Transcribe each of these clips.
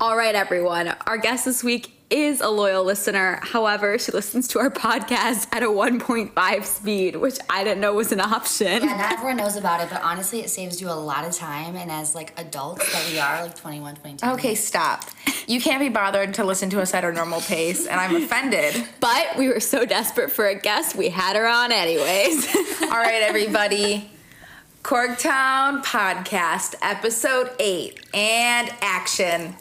All right, everyone. Our guest this week is a loyal listener. However, she listens to our podcast at a 1.5 speed, which I didn't know was an option. Yeah, not everyone knows about it, but honestly, it saves you a lot of time. And as like adults that we are, like 21, 22. Oh. Okay, stop. You can't be bothered to listen to us at our normal pace, and I'm offended. But we were so desperate for a guest, we had her on anyways. All right, everybody. Corktown Podcast, Episode 8, and action.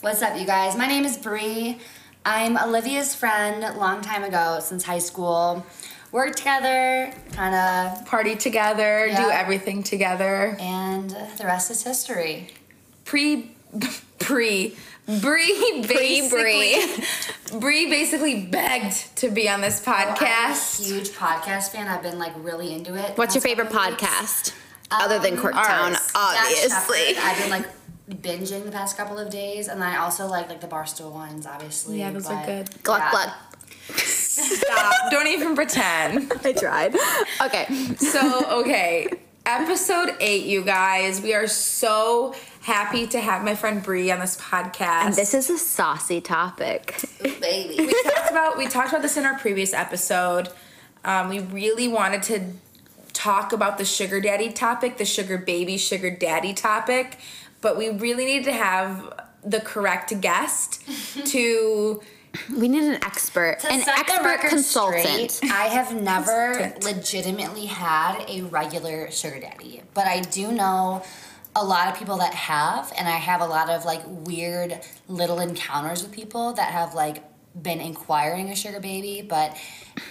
What's up, you guys? My name is Bree. I'm Olivia's friend long time ago since high school. Worked together, kind of, Party together, do Yeah. everything together. and the rest is history. Pre, pre, Bree Bree, Bree. basically, Bree basically begged to be on this podcast. I'm a huge podcast fan. I've been like really into it. Um, What's your favorite podcast? Other than Corktown, ours. obviously. Shepherd. I've been like binging the past couple of days, and I also like like the barstool ones, obviously. Yeah, those are but- good. Gluck, Yeah. gluck. Stop. Don't even pretend. I tried. Okay. So, okay, episode eight, you guys. We are so happy to have my friend Bree on this podcast. This is a saucy topic. Ooh, baby. we talked about we talked about this in our previous episode. Um, we really wanted to talk about the sugar daddy topic, the sugar baby, sugar daddy topic, but we really needed to have the correct guest to We need an expert, To an set the expert record consultant. straight, I have never Consultant. legitimately had a regular sugar daddy, but I do know a lot of people that have, and I have a lot of like weird little encounters with people that have like been inquiring a sugar baby, but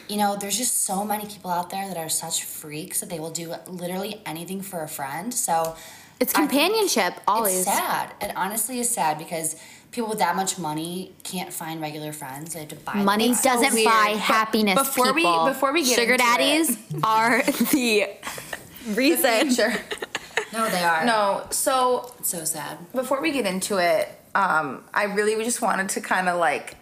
you know, there's just so many people out there that are such freaks that they will do literally anything for a friend. So It's I think companionship, always. It's sad. It honestly is sad because people with that much money can't find regular friends. They have to buy them Money friends. doesn't weird. buy But happiness. before we- people. before we get sugar into daddies are the reason. sure. No, they are. No, so It's so sad. before we get into it, um, I really just wanted to kind of like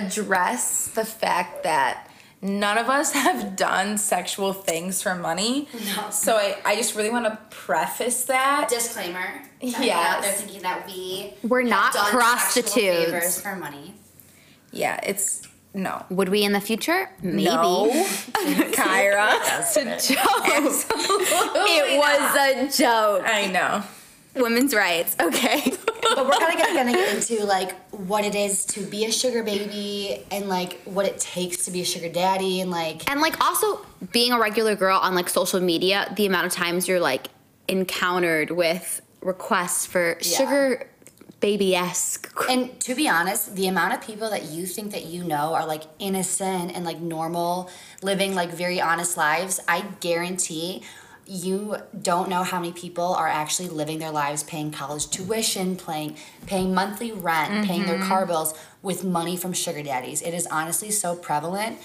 address the fact that none of us have done sexual things for money. No. So I, I just really want to preface that. Disclaimer. Yes. They're thinking that we We're have not done prostitutes. sexual favors for money. Yeah, it's no. Would we in the future? Maybe. No. Kyra. It's a joke. it was a joke. I know. Women's rights. Okay. But we're kind of gonna get into like what it is to be a sugar baby and like what it takes to be a sugar daddy and like and like also being a regular girl on like social media, the amount of times you're like encountered with requests for Yeah. sugar baby esque And to be honest, the amount of people that you think that you know are like innocent and like normal, living like very honest lives, I guarantee you don't know how many people are actually living their lives paying college tuition, paying paying monthly rent, paying Mm-hmm. their car bills with money from sugar daddies. It is honestly so prevalent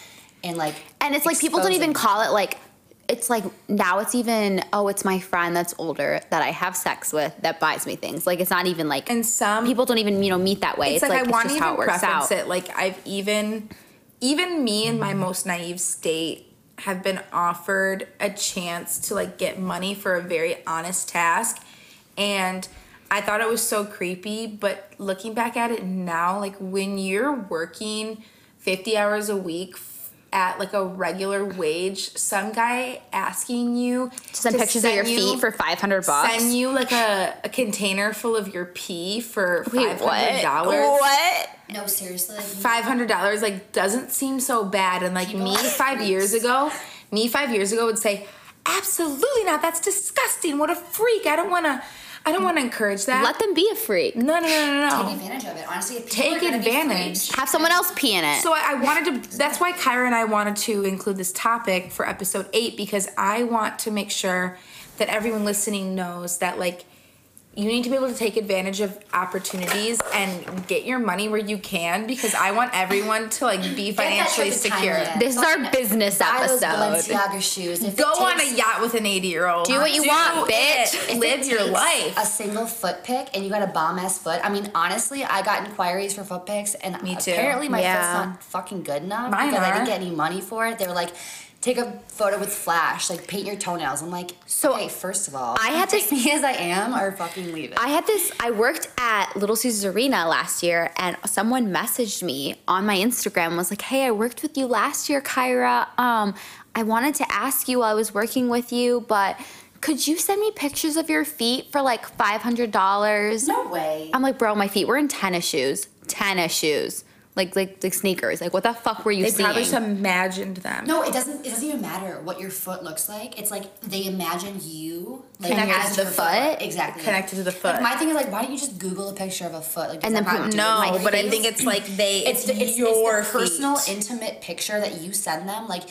and like And it's like people don't even call it like it's like now it's even oh it's my friend that's older that I have sex with that buys me things. Like it's not even like And some- people don't even you know meet that way. It's, It's, like, I want it's to just even how it works preference out. Mm-hmm. it. Like I've even, even me in my most naive state have been offered a chance to like get money for a very honest task, and I thought it was so creepy. But looking back at it now, like when you're working fifty hours a week. f- At like a regular wage, some guy asking you To send pictures of your send you- feet for five hundred bucks. send you like a, a container full of your pee for Wait, five hundred what? dollars. What? no seriously like, Five hundred dollars like doesn't seem so bad. And like me People- five years ago, me five years ago would say, absolutely not. That's disgusting. What a freak. I don't want to. I don't want to encourage that. Let them be a freak. no, no, no, no, take no. advantage of it. Honestly, if people Take are gonna be advantage. freaks, Have someone else pee in it. So I, I wanted to. That's why Kyra and I wanted to include this topic for episode eight because I want to make sure that everyone listening knows that like you need to be able to take advantage of opportunities and get your money where you can because I want everyone to like be that financially trip to secure. Thailand. This is our business Buy those episode. Balenciaga shoes. If it Go on takes- a yacht with an 80 year old. Do what you want, bitch. if it Live your takes life. A single foot pick, and you got a bomb ass foot. I mean, honestly, I got inquiries for foot picks, and Me too. apparently my Yeah. foot's not fucking good enough Mine because I are. didn't get any money for it. They were like, take a photo with flash, like paint your toenails. I'm like, So, so hey, first of all, I had take this- me as I am, or fucking leave it. I had this, I worked at Little Caesars Arena last year, and someone messaged me on my Instagram, was like, Hey, I worked with you last year, Kyra. Um, I wanted to ask you while I was working with you, but could you send me pictures of your feet for like $500? no way. I'm like, Bro, my feet were in tennis shoes, tennis shoes. Like, like like sneakers. Like what the fuck were you They seeing? probably just imagined them. No, it doesn't. It doesn't even matter what your foot looks like. It's like they imagine you like Connected as to the your foot? exactly Connected to the foot. Like, my thing is like, why don't you just Google a picture of a foot? Like, does And that then not put- do No, it? Like, but I they- think it's like they. it's It's, the, it's, your it's the personal, feet. intimate picture that you send them. Like,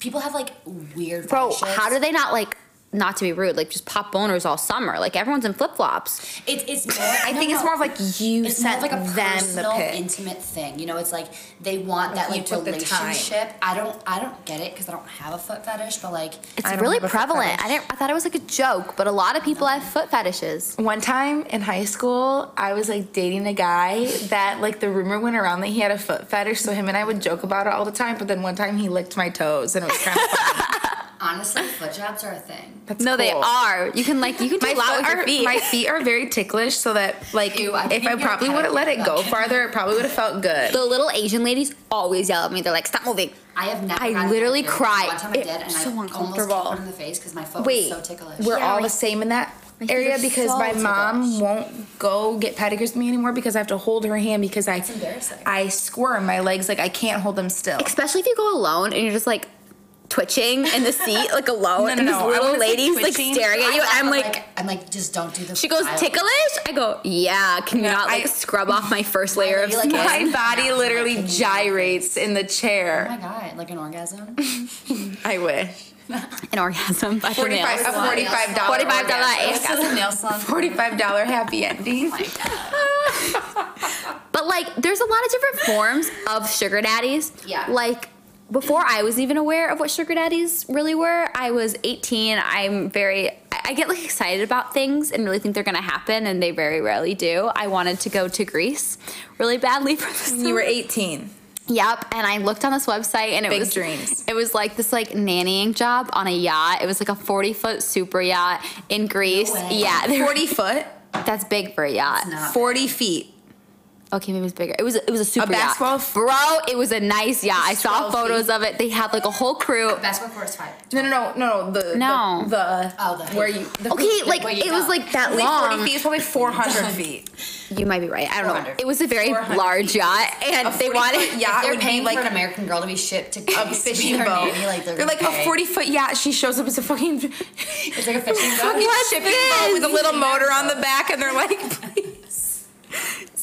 people have like weird. Bro, fetishes. how do they not like? Not to be rude, like just pop boners all summer. Like everyone's in flip flops. It's it's more. I no, think it's no. more of like you It's more sent of, like a them the personal, pic. intimate thing. You know, it's like they want that Like, you like took the time. relationship. I don't, I don't get it because I don't have a foot fetish. But like, It's I don't really have a foot prevalent. fetish. I didn't. I thought it was like a joke, but a lot of people have foot fetishes. One time in high school, I was like dating a guy that like the rumor went around that he had a foot fetish, so him and I would joke about it all the time. But then one time he licked my toes, and it was kind of funny. honestly, foot jobs are a thing. That's No, they cool. are. You can like you can do My a lot foot, with your are, feet. my feet are very ticklish, so that like Ew, I if think I you're probably okay. would have let it go farther, it probably would have felt good. the little Asian ladies always yell at me. They're like, "Stop moving." I have never. I gotten a literally pedicure. cried. One time I It did, and was I so almost uncomfortable. kicked her in the face because my foot Wait, was so ticklish. We're Yeah, all my- the same in that my feet area are because so my mom ticklish. won't go get pedicures with me anymore because I have to hold her hand because I embarrassing. I squirm my legs like I can't hold them still. Especially if you go alone and you're just like twitching in the seat, like alone, No, no, and this no, I little wouldn't say lady's like twitching. staring at you. I I'm laugh, like, I'm like, just don't do the. she goes I- ticklish. I go, yeah. Can you No, not I- like scrub off my first layer of You're like, skin? "Yes." My body literally gyrates in the Oh chair. my god, like an orgasm. I wish. An orgasm. by her nails. Forty-five, a forty-five dollar, Forty-five dollar This is a nail salon. forty-five dollar happy ending. But like, there's a lot of different forms of sugar daddies. Yeah. Like, before I was even aware of what sugar daddies really were, I was 18. I'm very, I- I get like excited about things and really think they're gonna happen, and they very rarely do. I wanted to go to Greece really badly for this. You were eighteen. Yep, and I looked on this website and it Big was dreams. It was like this like nannying job on a yacht. It was like a 40 foot super yacht in Greece. way. yeah, they were- Forty foot, that's big for a yacht. It's not. forty feet. Okay, maybe it's bigger. It was it was a super basketball yacht, f- bro. It was a nice yacht. I It's saw 12 photos feet. of it. They had like a whole crew. Basketball court is five. No, no, no, no. The No. The, the, Oh, the- where you the Okay, like where you it was go. like that Only long. Forty feet is probably four hundred feet. You might be right. I don't know. 400. It was a very 400 large feet. yacht, and A they 40 wanted. foot yacht They're would be paying like like an American girl to be shipped to a Greece to be fishing their boat. nanny, Like they're, they're, like gonna a pay. forty foot yacht. She shows up as a fucking fucking It's like a fishing boat. What's shipping boat with a this? little motor on the back, and they're like,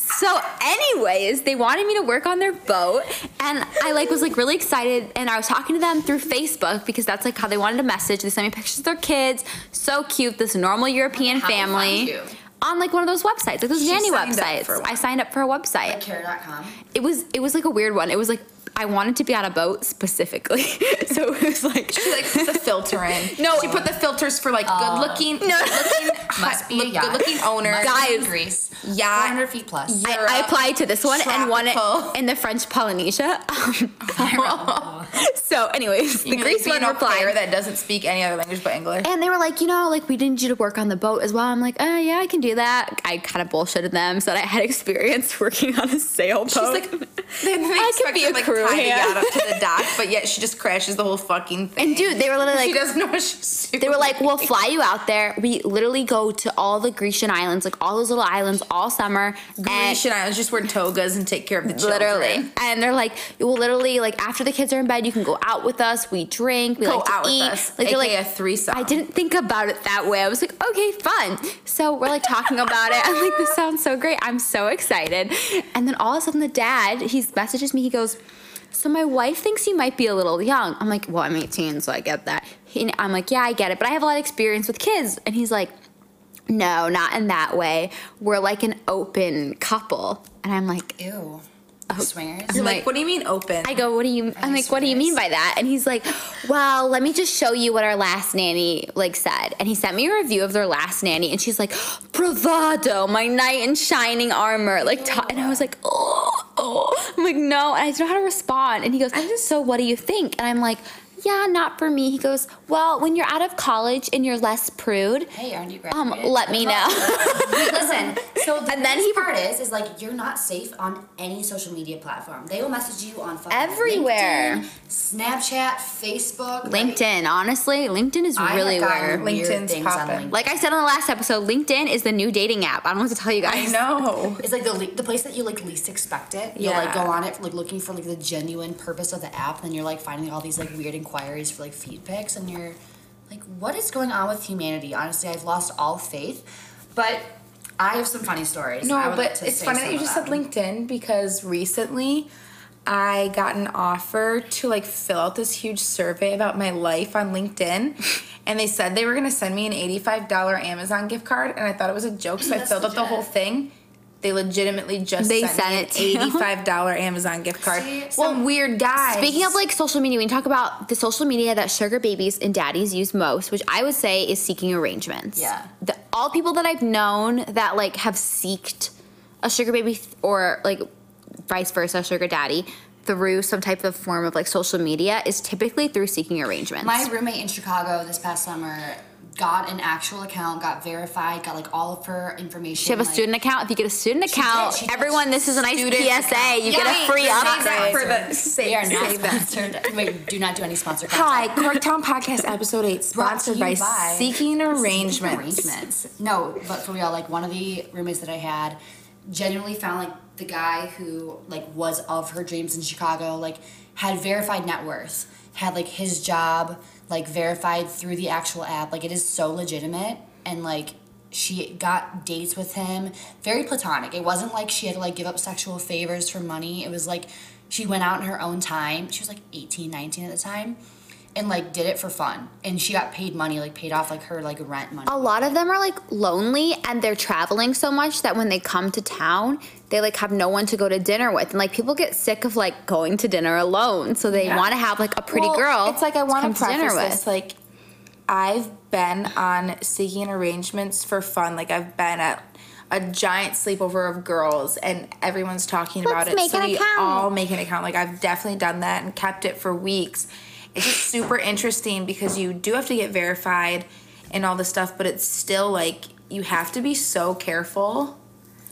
So, anyways, they wanted me to work on their boat, and I like was like really excited, and I was talking to them through Facebook because that's like how they wanted to message. They sent me pictures of their kids, so cute. This normal European How they find family. you? On like one of those websites, like those She nanny signed up websites. for one. I signed up for a website. Like Care.com. it was it was like a weird one. It was like I wanted to be on a boat specifically, so it was like she like put the filter in. No. she put the filters for like Oh. good looking, Uh, no. good looking, Must be a yacht. good looking owner, Must Guys. be in Greece. Yacht. 400 feet plus. I, I applied to this one and won Tropical. Oh. it in the French Polynesia. Um, so, anyways, the You mean Greece being one au pair replied. that doesn't speak any other language but English. And they were like, you know, like we didn't need you to work on the boat as well. I'm like, oh yeah, I can do that. I kind of bullshitted them, said I had experience working on a sailboat. She's like, then they I could expect be her a to, like, crew tie the hand. yacht up to the dock, but yet she just crashes the whole fucking thing. and dude, they were literally she like, doesn't know what she's doing. they were like, we'll fly you out there. We literally go to all the Grecian islands, like all those little islands, all summer. and- Grecian islands just wear togas and take care of the children. Literally. And they're like, you will literally, like, after the kids are in bed, you can go out with us. We drink. We Go like to out with eat. us, Like, they're aka like, a threesome. I didn't think about it that way. I was like, okay, fun. So we're like talking about it. I'm like, this sounds so great. I'm so excited. And then all of a sudden, the dad, he messages me. He goes, so my wife thinks you might be a little young. I'm like, well, I'm 18, so I get that. He, and I'm like, yeah, I get it, but I have a lot of experience with kids. And he's like, No, not in that way. We're like an open couple. And I'm like, Ew. Swingers. You're like, like- what do you mean open? I go, what do you? I'm like, what do you mean by that? And he's like, well, let me just show you what our last nanny like said. And he sent me a review of their last nanny, and she's like, bravado, my knight in shining armor, like. ta and I was like, oh, oh. I'm like, no, and I don't know how to respond. And he goes, I'm just so. What do you think? And I'm like. Yeah, not for me. He goes, Well, when you're out of college and you're less prude, Hey, aren't you um, graduated? let me know. Listen. So And the and then then he- part is is like you're not safe on any social media platform. They will message you on fucking Everywhere. LinkedIn, Snapchat, Facebook, like, LinkedIn, honestly, LinkedIn is I have really weird. gotten weird LinkedIn's things poppin'. on LinkedIn. Like I said on the last episode, LinkedIn is the new dating app. I don't want to tell you guys. I know. It's like the le- the place that you like least expect it. You'll like go Yeah. on it like looking for like the genuine purpose of the app, and then you're like finding all these like weird inquiries for like feed pics, and you're like, what is going on with humanity? Honestly, I've lost all faith. But I have some funny stories. No, I would like but to it's say funny some that you of just them. said LinkedIn because recently I got an offer to like fill out this huge survey about my life on LinkedIn. And they said they were gonna send me an $85 Amazon gift card, and I thought it was a joke, so I That's filled out the legit. whole thing. They legitimately just They sent, sent me it to you. an $85 Amazon gift card. See, Some weird guy. Speaking of like social media, we talk about the social media that sugar babies and daddies use most, which I would say is seeking arrangements. Yeah. The, all people that I've known that like have seeked a sugar baby th- or like vice versa, sugar daddy through some type of form of like social media is typically through seeking arrangements. My roommate in Chicago this past summer got an actual account, got verified, got like all of her information. She have a like- student account. If you get a student account, she did. everyone, this is a nice Student PSA. You get a Yay, free save upgrade. that for the save, We are not save that. sponsored. Wait, do not do any sponsor. Hi, content. Corktown Podcast Episode 8, Brought to sponsored you by, by Seeking Arrangements. Arrangements. No, but for real, like one of the roommates that I had genuinely found like the guy who like was of her dreams in Chicago, like had verified net worth, had like his job like verified through the actual app. Like it is so legitimate and like she got dates with him, very platonic. It wasn't like she had to like give up sexual favors for money. It was like she went out in her own time. She was like 18, 19 at the time and like did it for fun and she got paid money like paid off like her like rent money a lot of them are like lonely and they're traveling so much that when they come to town they like have no one to go to dinner with and like people get sick of like going to dinner alone so they want to have like a pretty Well, girl It's like I want come to preface this. Like I've been on seeking arrangements for fun. Like I've been at a giant sleepover of girls, and everyone's talking about Let's it. make so an we account. all make an account. Like I've definitely done that and kept it for weeks. It's just super interesting because you do have to get verified and all this stuff, but it's still like you have to be so careful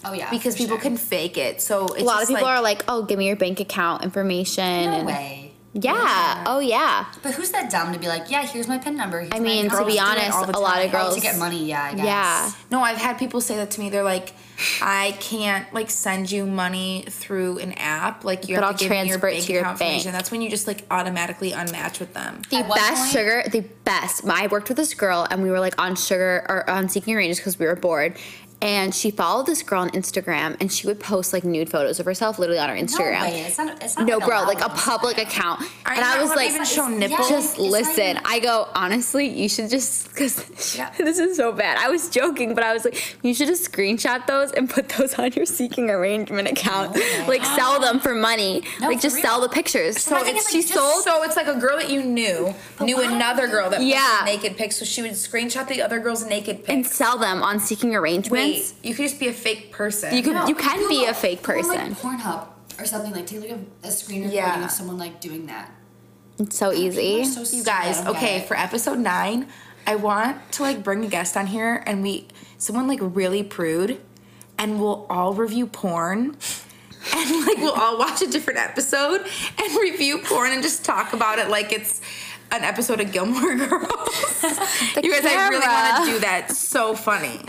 oh yeah because for people sure. can fake it. So it's a lot of just, people like, are like oh give me your bank account information no and way Yeah. oh yeah but who's that dumb to be like yeah here's my pin number here's i my mean to account. be do it honest all the a lot time. of Oh, girls to get money yeah I guess. yeah No, I've had people say that to me. They're like, I can't like send you money through an app. Like you But have I'll to give me your transfer it bank to your account information. bank. That's when you just like automatically unmatch with them. the At one best point- sugar the best i worked with this girl and we were like on sugar or on seeking ranges because we were bored and she followed this girl on instagram and she would post like nude photos of herself literally on her no instagram way. it's not it's not no, like bro, allowed like a on public Instagram. account. Are you and I not was allowed to like, even show Yeah, nipples? just it's not listen. even- I go, honestly, you should just, because Yeah. this is so bad. I was joking, but I was like, you should just screenshot those and put those on your seeking arrangement account. Okay. Like, sell them for money. No, like, for just sell the real. pictures. So my thing it's, is, like, she just sold. So it's like a girl that you knew knew why? another girl that Yeah. posted naked pics, so she would screenshot the other girl's naked pics. and sell them on seeking arrangements. Wait, you could just be a fake person. You could, No, you can be Google- a fake Google, person. like Pornhub or something like take like a, a screen recording Yeah. of someone like doing that it's so People easy. are so you stupid, I guys don't get okay it. for episode nine i want to like bring a guest on here and we someone like really prude and we'll all review porn and like we'll all watch a different episode and review porn and just talk about it like it's an episode of Gilmore Girls. you guys, I really want camera. to do that. It's so funny.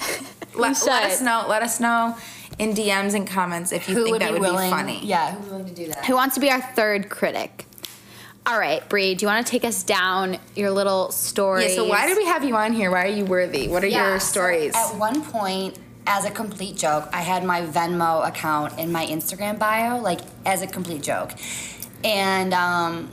Let, should. let us know. Let us know in DMs and comments if you who think would that be would willing be funny. yeah who's willing to do that Who wants to be our third critic? All right, Bree, do you want to take us down your little story? Yeah. So why did we have you on here? Why are you worthy? What are your so stories? at one point, as a complete joke, I had my Venmo account in my Instagram bio, like as a complete joke. And um,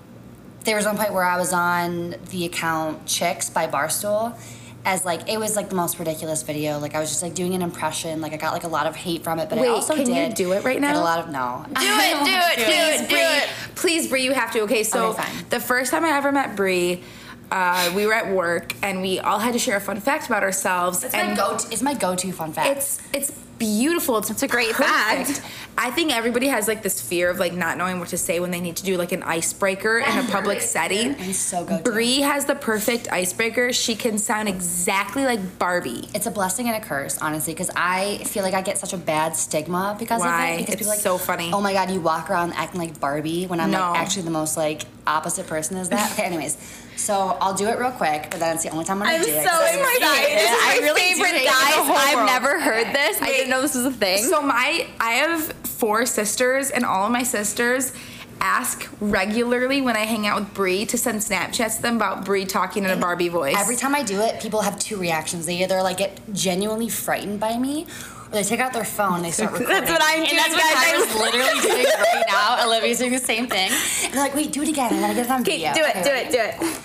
there was one point where I was on the account Chicks by Barstool, as like it was like the most ridiculous video. Like I was just like doing an impression. Like I got like a lot of hate from it, but Wait, I also can you did do it right get now? A lot of no. Do it, do it, do it, do it. Please, Bree, you have to. Okay, so Okay, fine. the first time I ever met Bree, uh, we were at work and we all had to share a fun fact about ourselves. It's my and go. It's my go-to fun fact. it's it's beautiful. It's a great fact. I think everybody has like this fear of like not knowing what to say when they need to do like an icebreaker in a public setting. I'm so go-to. Bree has the perfect icebreaker. She can sound exactly like Barbie. it's a blessing and a curse, honestly, because I feel like I get such a bad stigma because Why? of it. Because It's people are like, so funny. Oh my god, you walk around acting like Barbie when I'm No. like actually the most like opposite person is that. okay, anyways, so I'll do it real quick, but then it's the only time I'm gonna I'm do it. so 'cause I'm excited. This is I my really favorite did. thing in the Guys, whole I've world. never heard this. I didn't know this was a thing. So my I have four sisters, and all of my sisters ask regularly when I hang out with Bree to send Snapchats to them about Bree talking in a Barbie voice. Every time I do it, people have two reactions. They either like get genuinely frightened by me, or they take out their phone and they start recording. what I'm and doing, That's what guys. Tyra's literally doing right now. Olivia's doing the same thing. And they're like, "Wait, do it again. I gotta get it on Okay, video." do it, Okay, do ready? it, do it.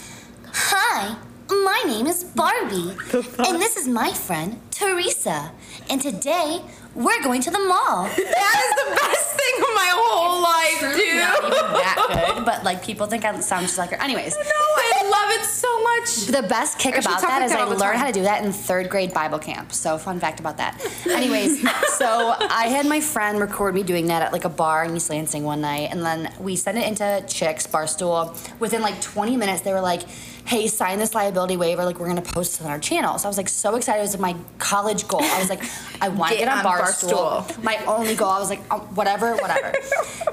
Hi, my name is Barbie, and this is my friend Teresa. And today we're going to the mall. that is the best thing of my whole life, dude. Not even that good, but like people think I sound just like her. Anyways, No, I love it so much. the best kick I should about talk that like is that I all the learned time. how to do that in third grade Bible camp. So fun fact about that. Anyways, so I had my friend record me doing that at like a bar in East Lansing one night, and then we sent it into Chicks Barstool. Within like 20 minutes, they were like, "Hey, sign this liability waiver. Like we're gonna post it on our channel." So I was like so excited. It was my college goal. I was like, I want to Get get on, on Barstool. Barstool. My only goal. I was like, um, whatever, whatever.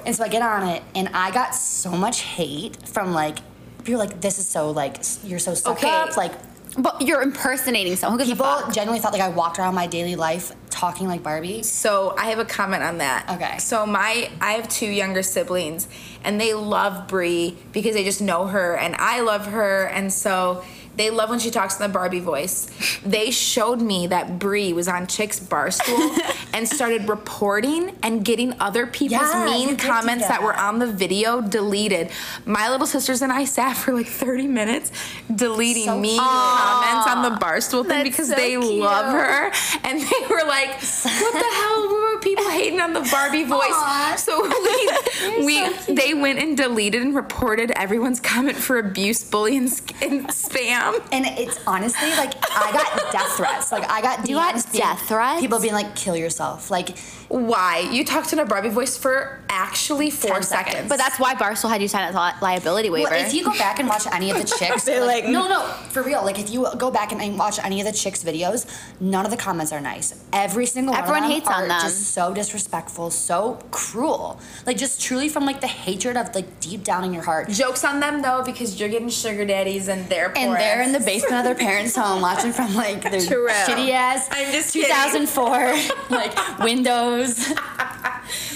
and so I get on it, and I got so much hate from like. People are like, this is so like s- you're so sucked Okay. up. Like But you're impersonating someone. Who gives a people fuck? genuinely thought like I walked around my daily life talking like Barbie. So I have a comment on that. Okay. So my I have two younger siblings, and they love Brie because they just know her, and I love her, and so they love when she talks in the Barbie voice. They showed me that Brie was on Chick's Barstool and started reporting and getting other people's Yeah, you mean did do comments that. that. were on the video deleted. My little sisters and I sat for like 30 minutes deleting So mean cute. comments on the Barstool thing That's because so they love cute. her her, and they were like, "What the hell were people hating on the Barbie voice?" Aw. So we, we they went and deleted and reported everyone's comment for abuse, bullying, and, sc- and spam. And it's honestly like I got death threats. Like I got You got DMs being- death threats? People being like, kill yourself. Like Why you talked in a Barbie voice for actually four 10 seconds. seconds. uh, But that's why Barstool had you sign a li- liability waiver. well, if you go back and watch any of the chicks, They're like, no, no, for real. Like if you go back and- and watch any of the chicks videos, none of the comments are nice. Every single Everyone one of them hates on are them. just so disrespectful, so cruel. Like just truly from like the hatred of like deep down in your heart. jokes on them though because you're getting sugar daddies and they're poor And they're ass. in the basement of their parents' home watching from like their True. shitty ass I'm just kidding. 2004 like windows.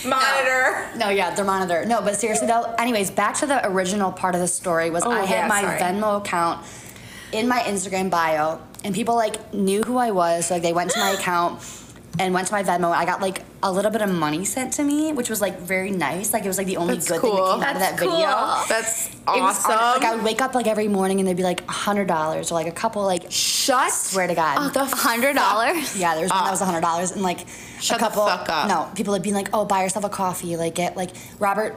monitor. No, yeah, their monitor. No, but seriously though. Anyways, back to the original part of the story was Oh, I had yeah, my sorry. Venmo account in my Instagram bio, and people like knew who I was. So, like they went to my account and went to my Venmo. I got like a little bit of money sent to me, which was like very nice. Like it was like the only That's good cool. thing that came out of that That's video. cool. Oh, That's It was awesome. on- like I would wake up like every morning and there'd be like a hundred dollars or like a couple like Shut. swear to God. the hundred dollars. Yeah, there was one that was hundred dollars, and like Ah. Shut a the couple. fuck up. No, people had been like, "Oh, buy yourself a coffee." Like, get like Robert.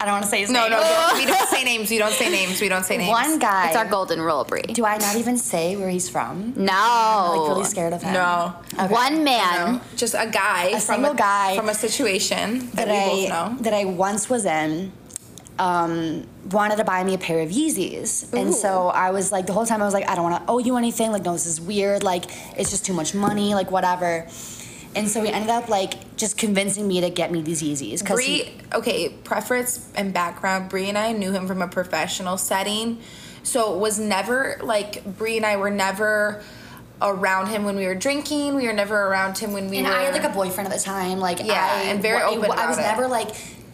I don't want to say his No, name. no, don't- we don't say names. We don't say names. We don't say names. One guy. It's our golden rule, Brie. Do I not even say where he's from? I'm like No. really scared of him. No. Okay. One No, man. just a guy, from single guy from a situation that, that we I both know. that I once was in um, wanted to buy me a pair of Yeezys, and so I was like the whole time I was like, I don't want to owe you anything. Like, no, this is weird. Like, it's just too much money. Like, whatever. And so he ended up like just convincing me to get me these Yeezys because Bree, okay, preference and background. Bree and I knew him from a professional setting, so it was never like Bree and I were never around him when we were drinking. We were never around him when we and were I had like a boyfriend at the time, like Yeah, I, and very wa- open I, was about it. never like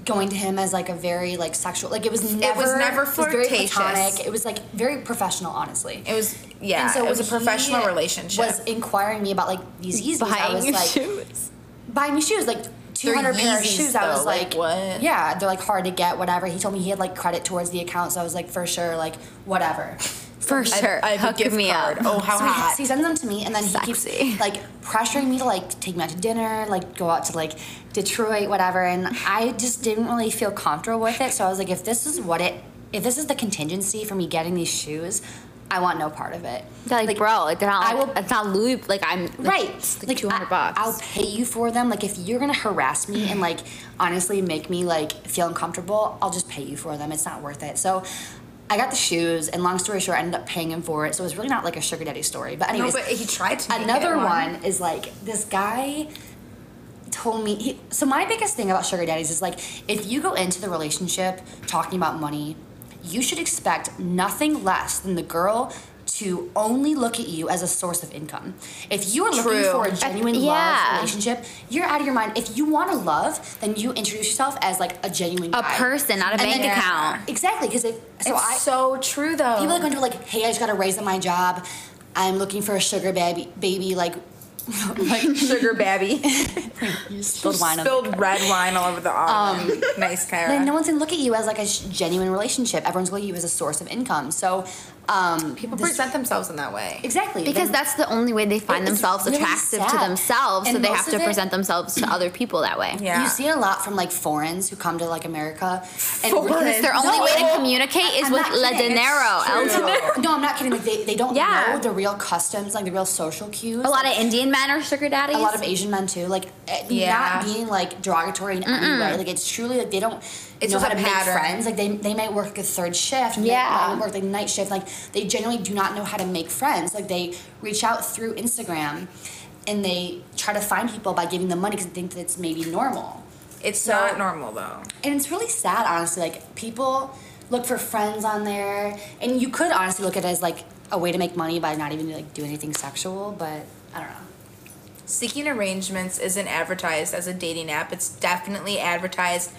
going to him as like a very like sexual, like it was never, never it very flirtatious. platonic. It was like very professional, honestly. It was yeah. it was a he professional relationship. Was inquiring me about like these Yeezys. I was Buying like, shoes. buying me shoes, like two hundred pair of Yeezys, shoes. I was though, like, like, what? Yeah, they're like hard to get, whatever. He told me he had like credit towards the account, so I was like, for sure, like whatever. For sure. I have a Hook gift me card. up. Oh, how So he- hot. so he sends them to me, and then he Sexy. keeps like pressuring me to like take me out to dinner, like go out to like Detroit, whatever. And I just didn't really feel comfortable with it. So I was like, if this is what it, if this is the contingency for me getting these shoes, I want no part of it. They're like, bro, like, they're not. I Like, will- It's not Louis. Like I'm. Like, Right, It's like, Like, two hundred I- bucks. I'll pay you for them. Like if you're gonna harass me and like honestly make me like feel uncomfortable, I'll just pay you for them. It's not worth it. So. I got the shoes, and long story short, I ended up paying him for it. So it was really not like a sugar daddy story. But no, anyways, but he tried to. make another it one. is like this guy told me he, so my biggest thing about sugar daddies is like if you go into the relationship talking about money you should expect nothing less than the girl to only look at you as a source of income if you are looking True. for a genuine yeah. love relationship you're out of your mind if you want to love then you introduce yourself as like a genuine a guy. person, not a And bank then- account. exactly because if so It's i so true though. People are going to like, hey, I just got a raise at my job. I'm looking for a sugar baby, baby like, like sugar babby. spilled wine. on- Spilled red wine all over the ottoman. nice, Kyra. Then no one's gonna look at you as like a sh- genuine relationship. Everyone's looking at you as a source of income. So, um, People this- present themselves in that way. exactly because then- that's the only way they find It's themselves really attractive to sad. themselves, so And they most have to of it- present themselves to other people that way. Yeah. you see it a lot from like foreigners who come to like America. And Foreign. Because their No, only way to I- communicate is I'm with not La kidding. Dinero. It's El true. no, I'm not kidding. Like they, they don't Yeah. know the real customs, like the real social cues. A lot of Indian men are sugar daddies. a lot of Asian men too. Like eh, Yeah. not being like derogatory in any way. Like it's truly like they don't It's know just how a to make pattern. friends. Like they they might work a third shift. and Yeah. They might work like night shift. Like they generally do not know how to make friends. Like they reach out through Instagram, and they try to find people by giving them money because they think that it's maybe normal. It's So- not normal though. And it's really sad, honestly. Like people look for friends on there, and you could honestly look at it as like a way to make money by not even like doing anything sexual. But I don't know. Seeking Arrangements isn't advertised as a dating app. It's definitely advertised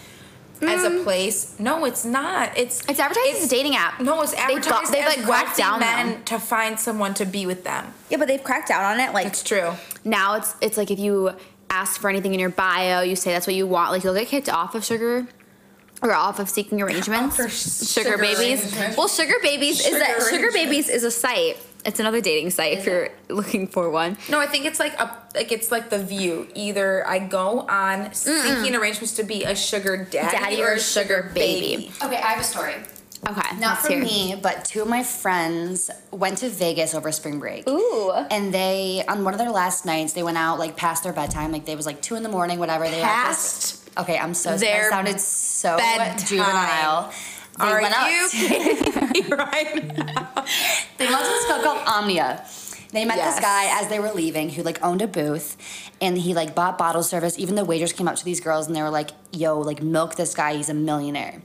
as a place. No, it's not. It's It's advertised as a dating app. No, it's They got- advertised they, as like, whacked wealthy down men them. to find someone to be with them. yeah, but they've cracked down on it. Like It's true. now, it's it's like if you ask for anything in your bio, you say that's what you want. Like you'll get kicked off of sugar. Or off of seeking arrangements, for sugar, Sugar babies. Arrangements. Well, sugar babies Sugar is a, sugar Arrangements. babies is a site. It's another dating site if you're looking for one. No, I think it's like a like it's like the view. Either I go on seeking arrangements to be a sugar daddy, Daddy or or a sugar baby. baby. Okay, I have a story. Okay, Not let's for hear. me, but two of my friends went to Vegas over spring break. Ooh. And they on one of their last nights, they went out like past their bedtime. Like they was like two in the morning, whatever. They Past Went out- okay, I'm so. their that sounded so bedtime. juvenile. They Are went out- you kidding me right now? They went to this club called Omnia. They met Yes. this guy as they were leaving who like owned a booth and he like bought bottle service. Even the waiters came up to these girls and they were like, yo, like milk this guy, he's a millionaire.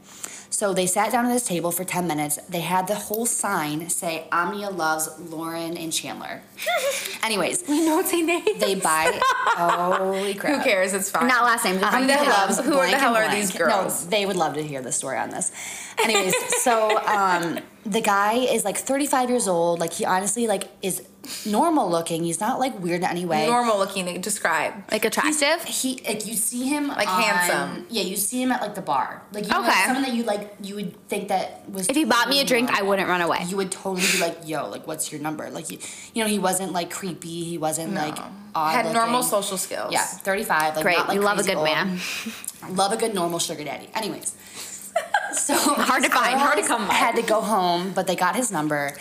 So they sat down at this table for 10 minutes. They had the whole sign say Omnia loves Lauren and Chandler. Anyways, We know it's a name. they buy holy crap. Who cares? It's fine. Not last name. Just Who like the the hell- hell. loves who the blank hell and are these blank? girls? No, they would love to hear the story on this. Anyways, so um, the guy is like 35 years old. Like he honestly like is normal looking. He's not like weird in any way. normal looking to describe. Like attractive. He like you see him Like on- handsome. Yeah, you see him at like the bar. Like you know, Okay. someone that you like you would think that was If he bought me a drink, I wouldn't run away. you would totally be like, yo, like what's your number? Like you, you know, he wasn't like creepy, he wasn't like odd. Had normal looking. social skills. Yeah, 35. Like, Great, not, like, you love a crazy good old. man. Love a good normal sugar daddy. Anyways, so hard to find, hard to come by. Had to go home, but they got his number,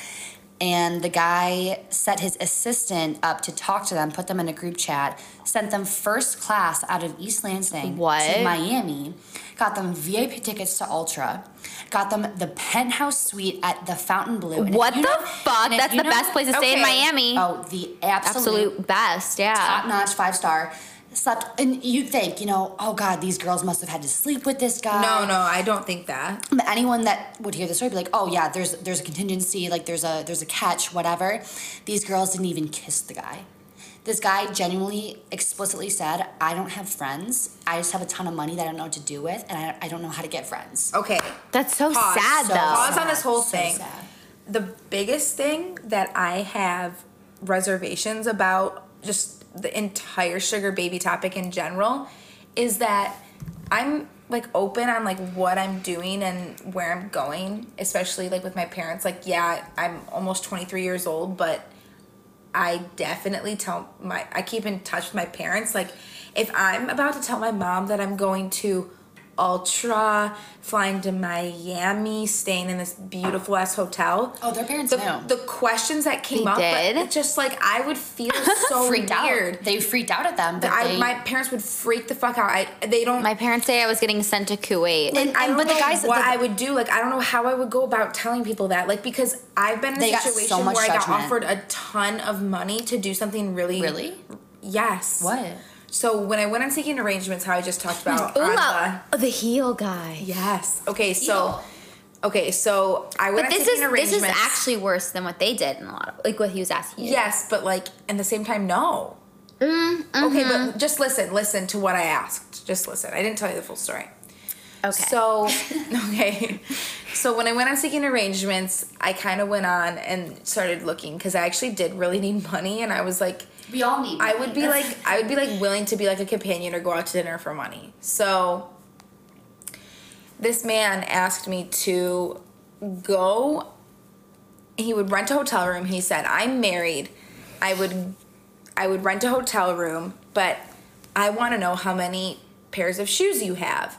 and the guy set his assistant up to talk to them, put them in a group chat, sent them first class out of East Lansing What? to Miami, got them VIP tickets to Ultra. Got them the penthouse suite at the Fountain Blue. And if What the you know- fuck? and if That's you the know- best place to stay in Okay. Miami. Oh, the absolute Absolute best. Yeah. top notch, five star. Slept, and you'd think, you know, oh God, these girls must have had to sleep with this guy. No, no, I don't think that. But anyone that would hear the story would be like, oh yeah, there's there's a contingency, like there's a there's a catch, whatever. These girls didn't even kiss the guy. This guy genuinely, explicitly said, I don't have friends. I just have a ton of money that I don't know what to do with, and I, I don't know how to get friends. Okay. That's so Pause. sad So though. Pause on sad, this whole so thing. sad. The biggest thing that I have reservations about just the entire sugar baby topic in general is that I'm like open on like what I'm doing and where I'm going, especially like with my parents. Like, yeah, I'm almost 23 years old, but I definitely tell my I keep in touch with my parents. Like, if I'm about to tell my mom that I'm going to Ultra, flying to Miami, staying in this beautiful ass hotel. Oh, their parents the, know. the questions that came They up, but did? it's just like I would feel so freaked weird. out. They freaked out at them, but I, they, my parents would freak the fuck out. I they don't. My parents say I was getting sent to Kuwait. and, I don't but know the guys- what the- I would do. Like I don't know how I would go about telling people that. Like because I've been in They a got so situation much where I got judgment. offered a ton of money to do something really. really Yes. what? So when I went on seeking arrangements, how I just talked about. Ooh, on la- the heel guy. the- yes. Okay. So. Heel. Okay. So I But went on this is seeking this arrangements. is actually worse than what they did in a lot of like what he was asking. you to do. Yes, but like at the same time, no. Mm, Okay, mm-hmm. but just listen. Listen to what I asked. Just listen. I didn't tell you the full story. Okay. So, okay. So when I went on seeking arrangements, I kind of went on and started looking because I actually did really need money, and I was like, We all need. I would be like, I would be like willing to be like a companion or go out to dinner for money. So this man asked me to go. He would rent a hotel room. He said, "I'm married. I would, I would rent a hotel room, but I want to know how many pairs of shoes you have."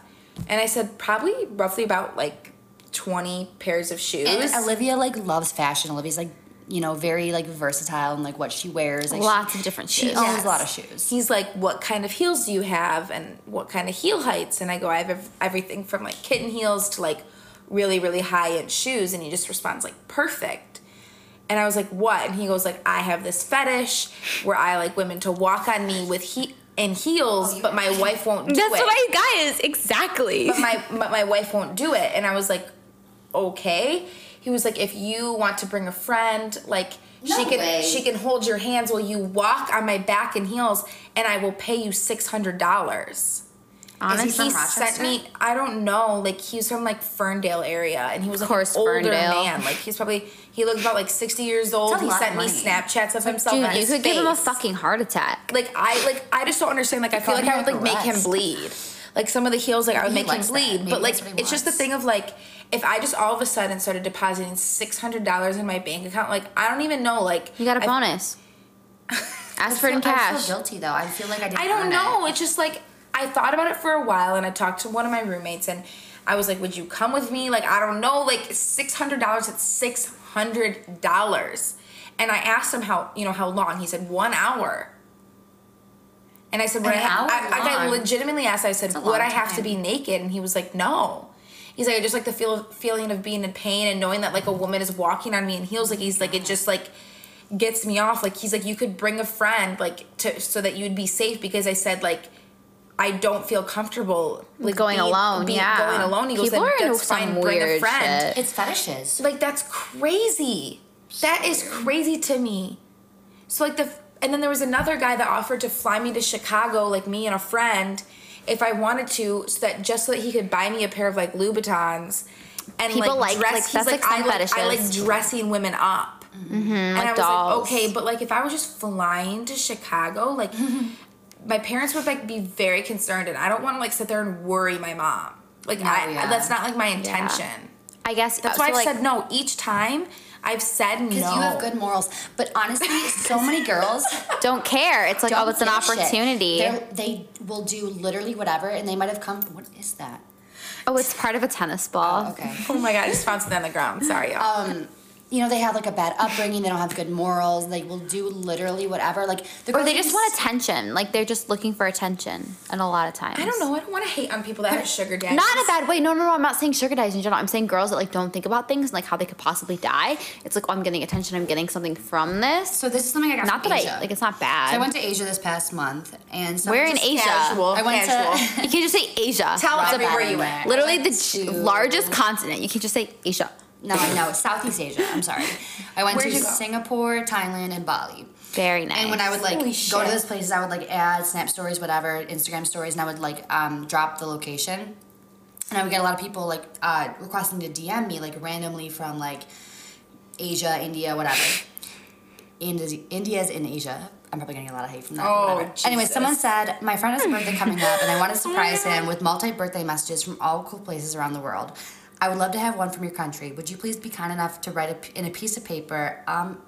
And I said, "Probably roughly about like 20 pairs of shoes." And Olivia like loves fashion. Olivia's like you know very like versatile and like what she wears. Like lots of different She, shoes. she owns Yes. a lot of shoes. he's like, "What kind of heels do you have, and what kind of heel heights?" And I go, "I have ev- everything from like kitten heels to like really, really high end shoes." And he just responds like, "Perfect." And I was like, "What?" And he goes like, "I have this fetish where I like women to walk on me with he in heels, but my wife won't do That's it." Oh, what I guys exactly. but my but my wife won't do it and i was like okay he was like if you want to bring a friend like she No can way. she can hold your hands while you walk on my back in heels and i will pay you $600 Honestly, and he sent me i don't know like he's from like ferndale area and he was like course, an older Ferndale. man like he's probably he looked about like 60 years old That's a he lot of sent me money. snapchats of himself dude, on you his could give him a face fucking heart attack. like I like I just don't understand. Like I feel Got like me I would like make him aggressed. bleed. Like some of the heels, like I would Maybe he make him likes that. bleed. Maybe But like that's what he it's just the wants. thing of like if I just all of a sudden started depositing six hundred dollars in my bank account, like I don't even know. like You got a I- bonus. Ask for it in I cash. feel guilty though. I feel like I didn't. I don't earn it. know. It's just like I thought about it for a while, and I talked to one of my roommates, and I was like, "Would you come with me?" Like I don't know. Like six hundred dollars. It's six hundred dollars. And I asked him how you know how long. He said one hour. And I said, "Would An I, have, hour I like I long? legitimately asked. I said, a "Would long I have to time. be naked?" And he was like, "No." He's like, I just like the feel feeling of being in pain and knowing that like a woman is walking on me in heels. Like he's like, it just like gets me off. Like he's like, you could bring a friend, like to so that you'd be safe. Because I said like, I don't feel comfortable like going being- alone, being- yeah. going alone. He goes, People then are into that's some fine. Bring a weird friend. shit. It's fetishes. Like that's crazy. That is crazy to me. So like the and then there was another guy that offered to fly me to Chicago, like me and a friend, if I wanted to, so that just so that he could buy me a pair of like Louboutins. And People like, like- dress, like, he's that's, like, I some like I like fetishes. Mm-hmm, dressing women up. and I like was dolls. like, okay, but like if I was just flying to Chicago, like my parents would like be very concerned, and I don't want to like sit there and worry my mom. Oh, Like I, yeah. that's not like my intention. I guess That's so, why I've like, said no each time. I've said no. Because you have good morals. But honestly, so many girls Don't care. It's like don't oh, it's an give a shit. opportunity. They're- They will do literally whatever, and they might have come. What is that? Oh, it's part of a tennis ball. Okay. Oh my god, I just found something on the ground. Sorry, Um, y'all. You know, they have like a bad upbringing. They don't have good morals. They will do literally whatever. Like the Or girls they that just you want s- attention. Like they're just looking for attention, and a lot of times. I don't know. I don't want to hate on people that have sugar daddies. Not in a bad way. No, no, no. I'm not saying sugar daddies in general. I'm saying girls that like don't think about things and like how they could possibly die. It's like oh, I'm getting attention. I'm getting something from this. So this is something I got. Not from that Asia. I like. It's not bad. So I went to Asia this past month, and so We're in just- Asia. Casual. I went to- casual. you can just say Asia. Tell Lots of everywhere bad you in went. there. Literally I the went j- to- largest continent. You can just say Asia. No, I know it's Southeast Asia. I'm sorry. I went Where'd to you go? Singapore, Thailand, and Bali. Very nice. And when I would like Holy go shit. to those places, I would like add Snap stories, whatever, Instagram stories, and I would like um, drop the location. And I would get a lot of people like uh, requesting to DM me like randomly from like Asia, India, whatever. Indi- India's in Asia. I'm probably gonna get a lot of hate from that. Oh, whatever. Anyway, Jesus. Oh someone said my friend has a birthday coming up, and I want to surprise him with multi birthday messages from all cool places around the world. I would love to have one from your country. Would you please be kind enough to write a p in a piece of paper, um,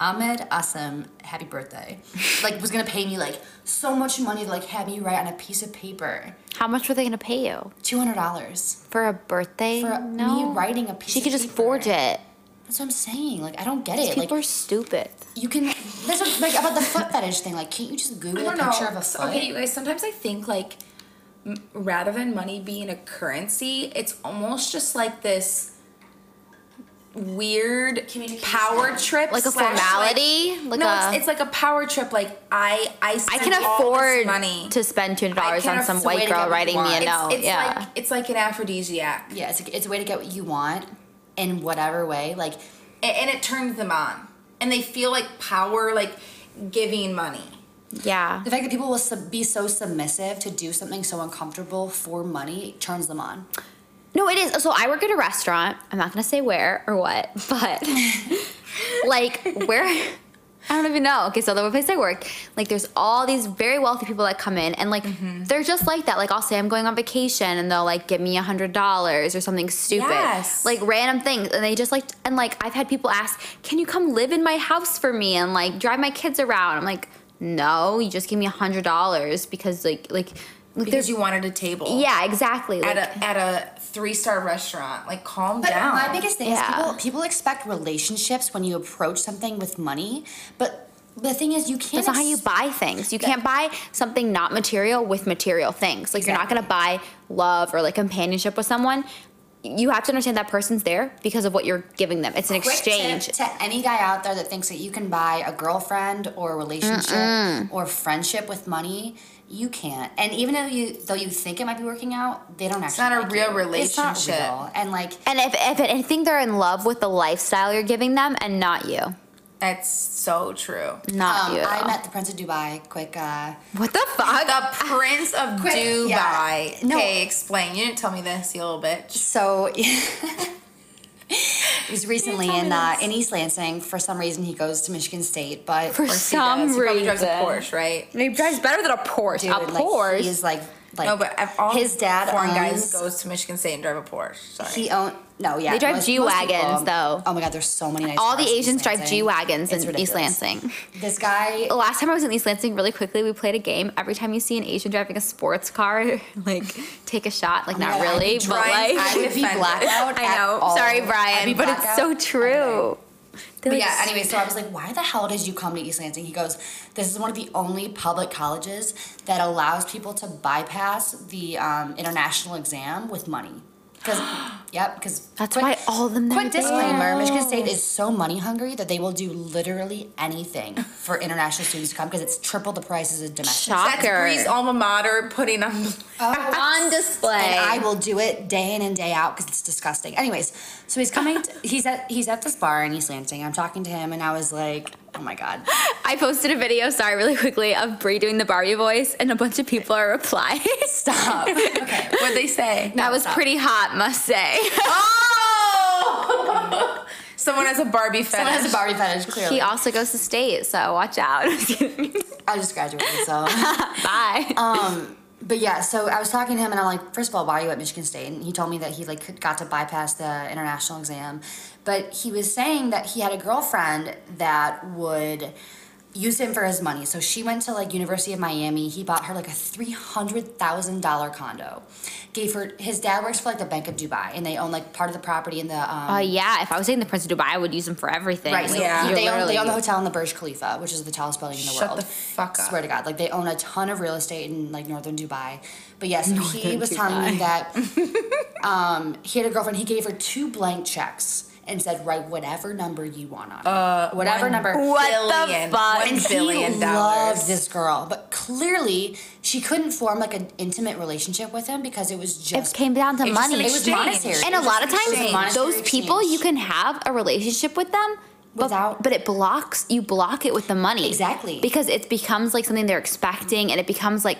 Ahmed Asim, happy birthday? Like, was gonna pay me like so much money to like have me write on a piece of paper How much were they gonna pay you two hundred dollars for a birthday? for no. me writing a piece. She of could just paper. forge it. That's what I'm saying. Like, I don't get it. Like, People are stupid. you can. That's what, like about the foot fetish thing. Like, can't you just Google a I don't picture know. of a So- foot? Okay, you guys. Sometimes I think like, m- rather than money being a currency, it's almost just like this weird power trip, Like a slash, like- formality? Like no, a- it's, it's like a power trip. Like I, I, I spent can all this afford money. to spend two hundred I dollars can on some afford- way white to get girl what writing you me a want. It's, note. it's yeah. like it's like an aphrodisiac, Yeah, it's a, it's a way to get what you want in whatever way. Like, A- and it turns them on, and they feel like power, like giving money. yeah. the fact that people will sub- be so submissive to do something so uncomfortable for money turns them on. No, it is. So I work at a restaurant. I'm not gonna say where or what, but like where I don't even know. Okay, so the place I work, like there's all these very wealthy people that come in and like Mm-hmm. they're just like that. Like I'll say I'm going on vacation and they'll like give me a hundred dollars or something stupid. Yes. Like random things. And they just like and like I've had people ask, Can you come live in my house for me and like drive my kids around? I'm like, No, you just give me a hundred dollars because like like like Because there's you wanted a table. yeah, exactly. At Like, a at a three star restaurant. Like calm But down. my biggest thing Yeah. is people people expect relationships when you approach something with money, but the thing is you can't. That's not how you ex- buy things. You can't buy something not material with material things. Like you're not going to buy love or like companionship with someone. You have to understand that person's there because of what you're giving them. It's an Quick tip exchange. to any guy out there that thinks that you can buy a girlfriend or a relationship or friendship with money. You can't, and even though you though you think it might be working out, they don't actually. It's not a real It's relationship. not real, and like And if, if anything, they're in love with the lifestyle you're giving them and not you. That's so true. Not Um, you. I met the Prince of Dubai. Quick, uh, what the fuck? The Prince of Quick, Dubai. yeah. No. Okay, explain. You didn't tell me this, you little bitch. so it was recently tell me in uh, this. in East Lansing. For some reason, he goes to Michigan State, but For Or she some does. He probably drives a reason. Porsche, right? He drives better than a Porsche. dude, a like, Porsche. he's like like No, but I've all his dad foreign owns- guys goes to Michigan State and drive a Porsche. Sorry. he own no yeah They drive most- most G-Wagons, people- though. Oh my god, there's so many. Nice All the cars in Asians East drive Oh, Lansing. G wagons in It's East ridiculous. Lansing. This guy The last time I was in East Lansing, really quickly, we played a game. Every time you see an Asian driving a sports car, like take a shot. Like not Oh God, I'd be really, but trying- like I would be Offended. blackout. I at know. all. Sorry, I'd be Brian, but it's blackout so every day. true. They're But like, yeah, anyway, so I was like, why the hell did you come to East Lansing? He goes, this is one of the only public colleges that allows people to bypass the um, international exam with money. Because, yep, because That's why all of them that Quick disclaimer: Michigan State is so money hungry that they will do literally anything for international students to come because it's triple the price as a domestic. That's shocker Bree's alma mater putting on. on display. and I will do it day in and day out because it's disgusting. Anyways, so he's coming. To, he's at he's at this bar in East Lansing. I'm talking to him, and I was like, "Oh my god, I posted a video, sorry, really quickly, of Brie doing the Barbie voice, and a bunch of people are replying. stop!" okay, What'd they say? that was pretty hot, must say. Oh! Someone has a Barbie someone has fetish. a Barbie fetish. Clearly, he also goes to state, so watch out. I just graduated, so. Bye. But yeah, so I was talking to him, and I'm like, first of all, why are you at Michigan State? And he told me that he like could- got to bypass the international exam, but he was saying that he had a girlfriend that would use him for his money. So she went to like University of Miami. He bought her like a three hundred thousand dollar condo. Gave her his dad works for like the Bank of Dubai, and they own like part of the property in the um, Oh yeah, if I was taking the Prince of Dubai, I would use them for everything. Right, so Like, Yeah. you're they, own, they own the literally- hotel in the Burj Khalifa, which is the tallest building in the Shut world. the fuck up. Swear to God, like they own a ton of real estate in like northern Dubai. But yes, he was telling me that um, he had a girlfriend. He gave her two blank checks and said, "Write whatever number you want on it. Uh, whatever one- number." What Billion. the fuck? One And billion he dollars. loved this girl, but clearly she couldn't form like an intimate relationship with him because it was it just came down to It was just an money. It was exchange. monetary. And It a was lot of just an exchange. times, Monetary those people exchange. you can have a relationship with them. But, Without- but it blocks you block it with the money Exactly. because it becomes like something they're expecting and it becomes like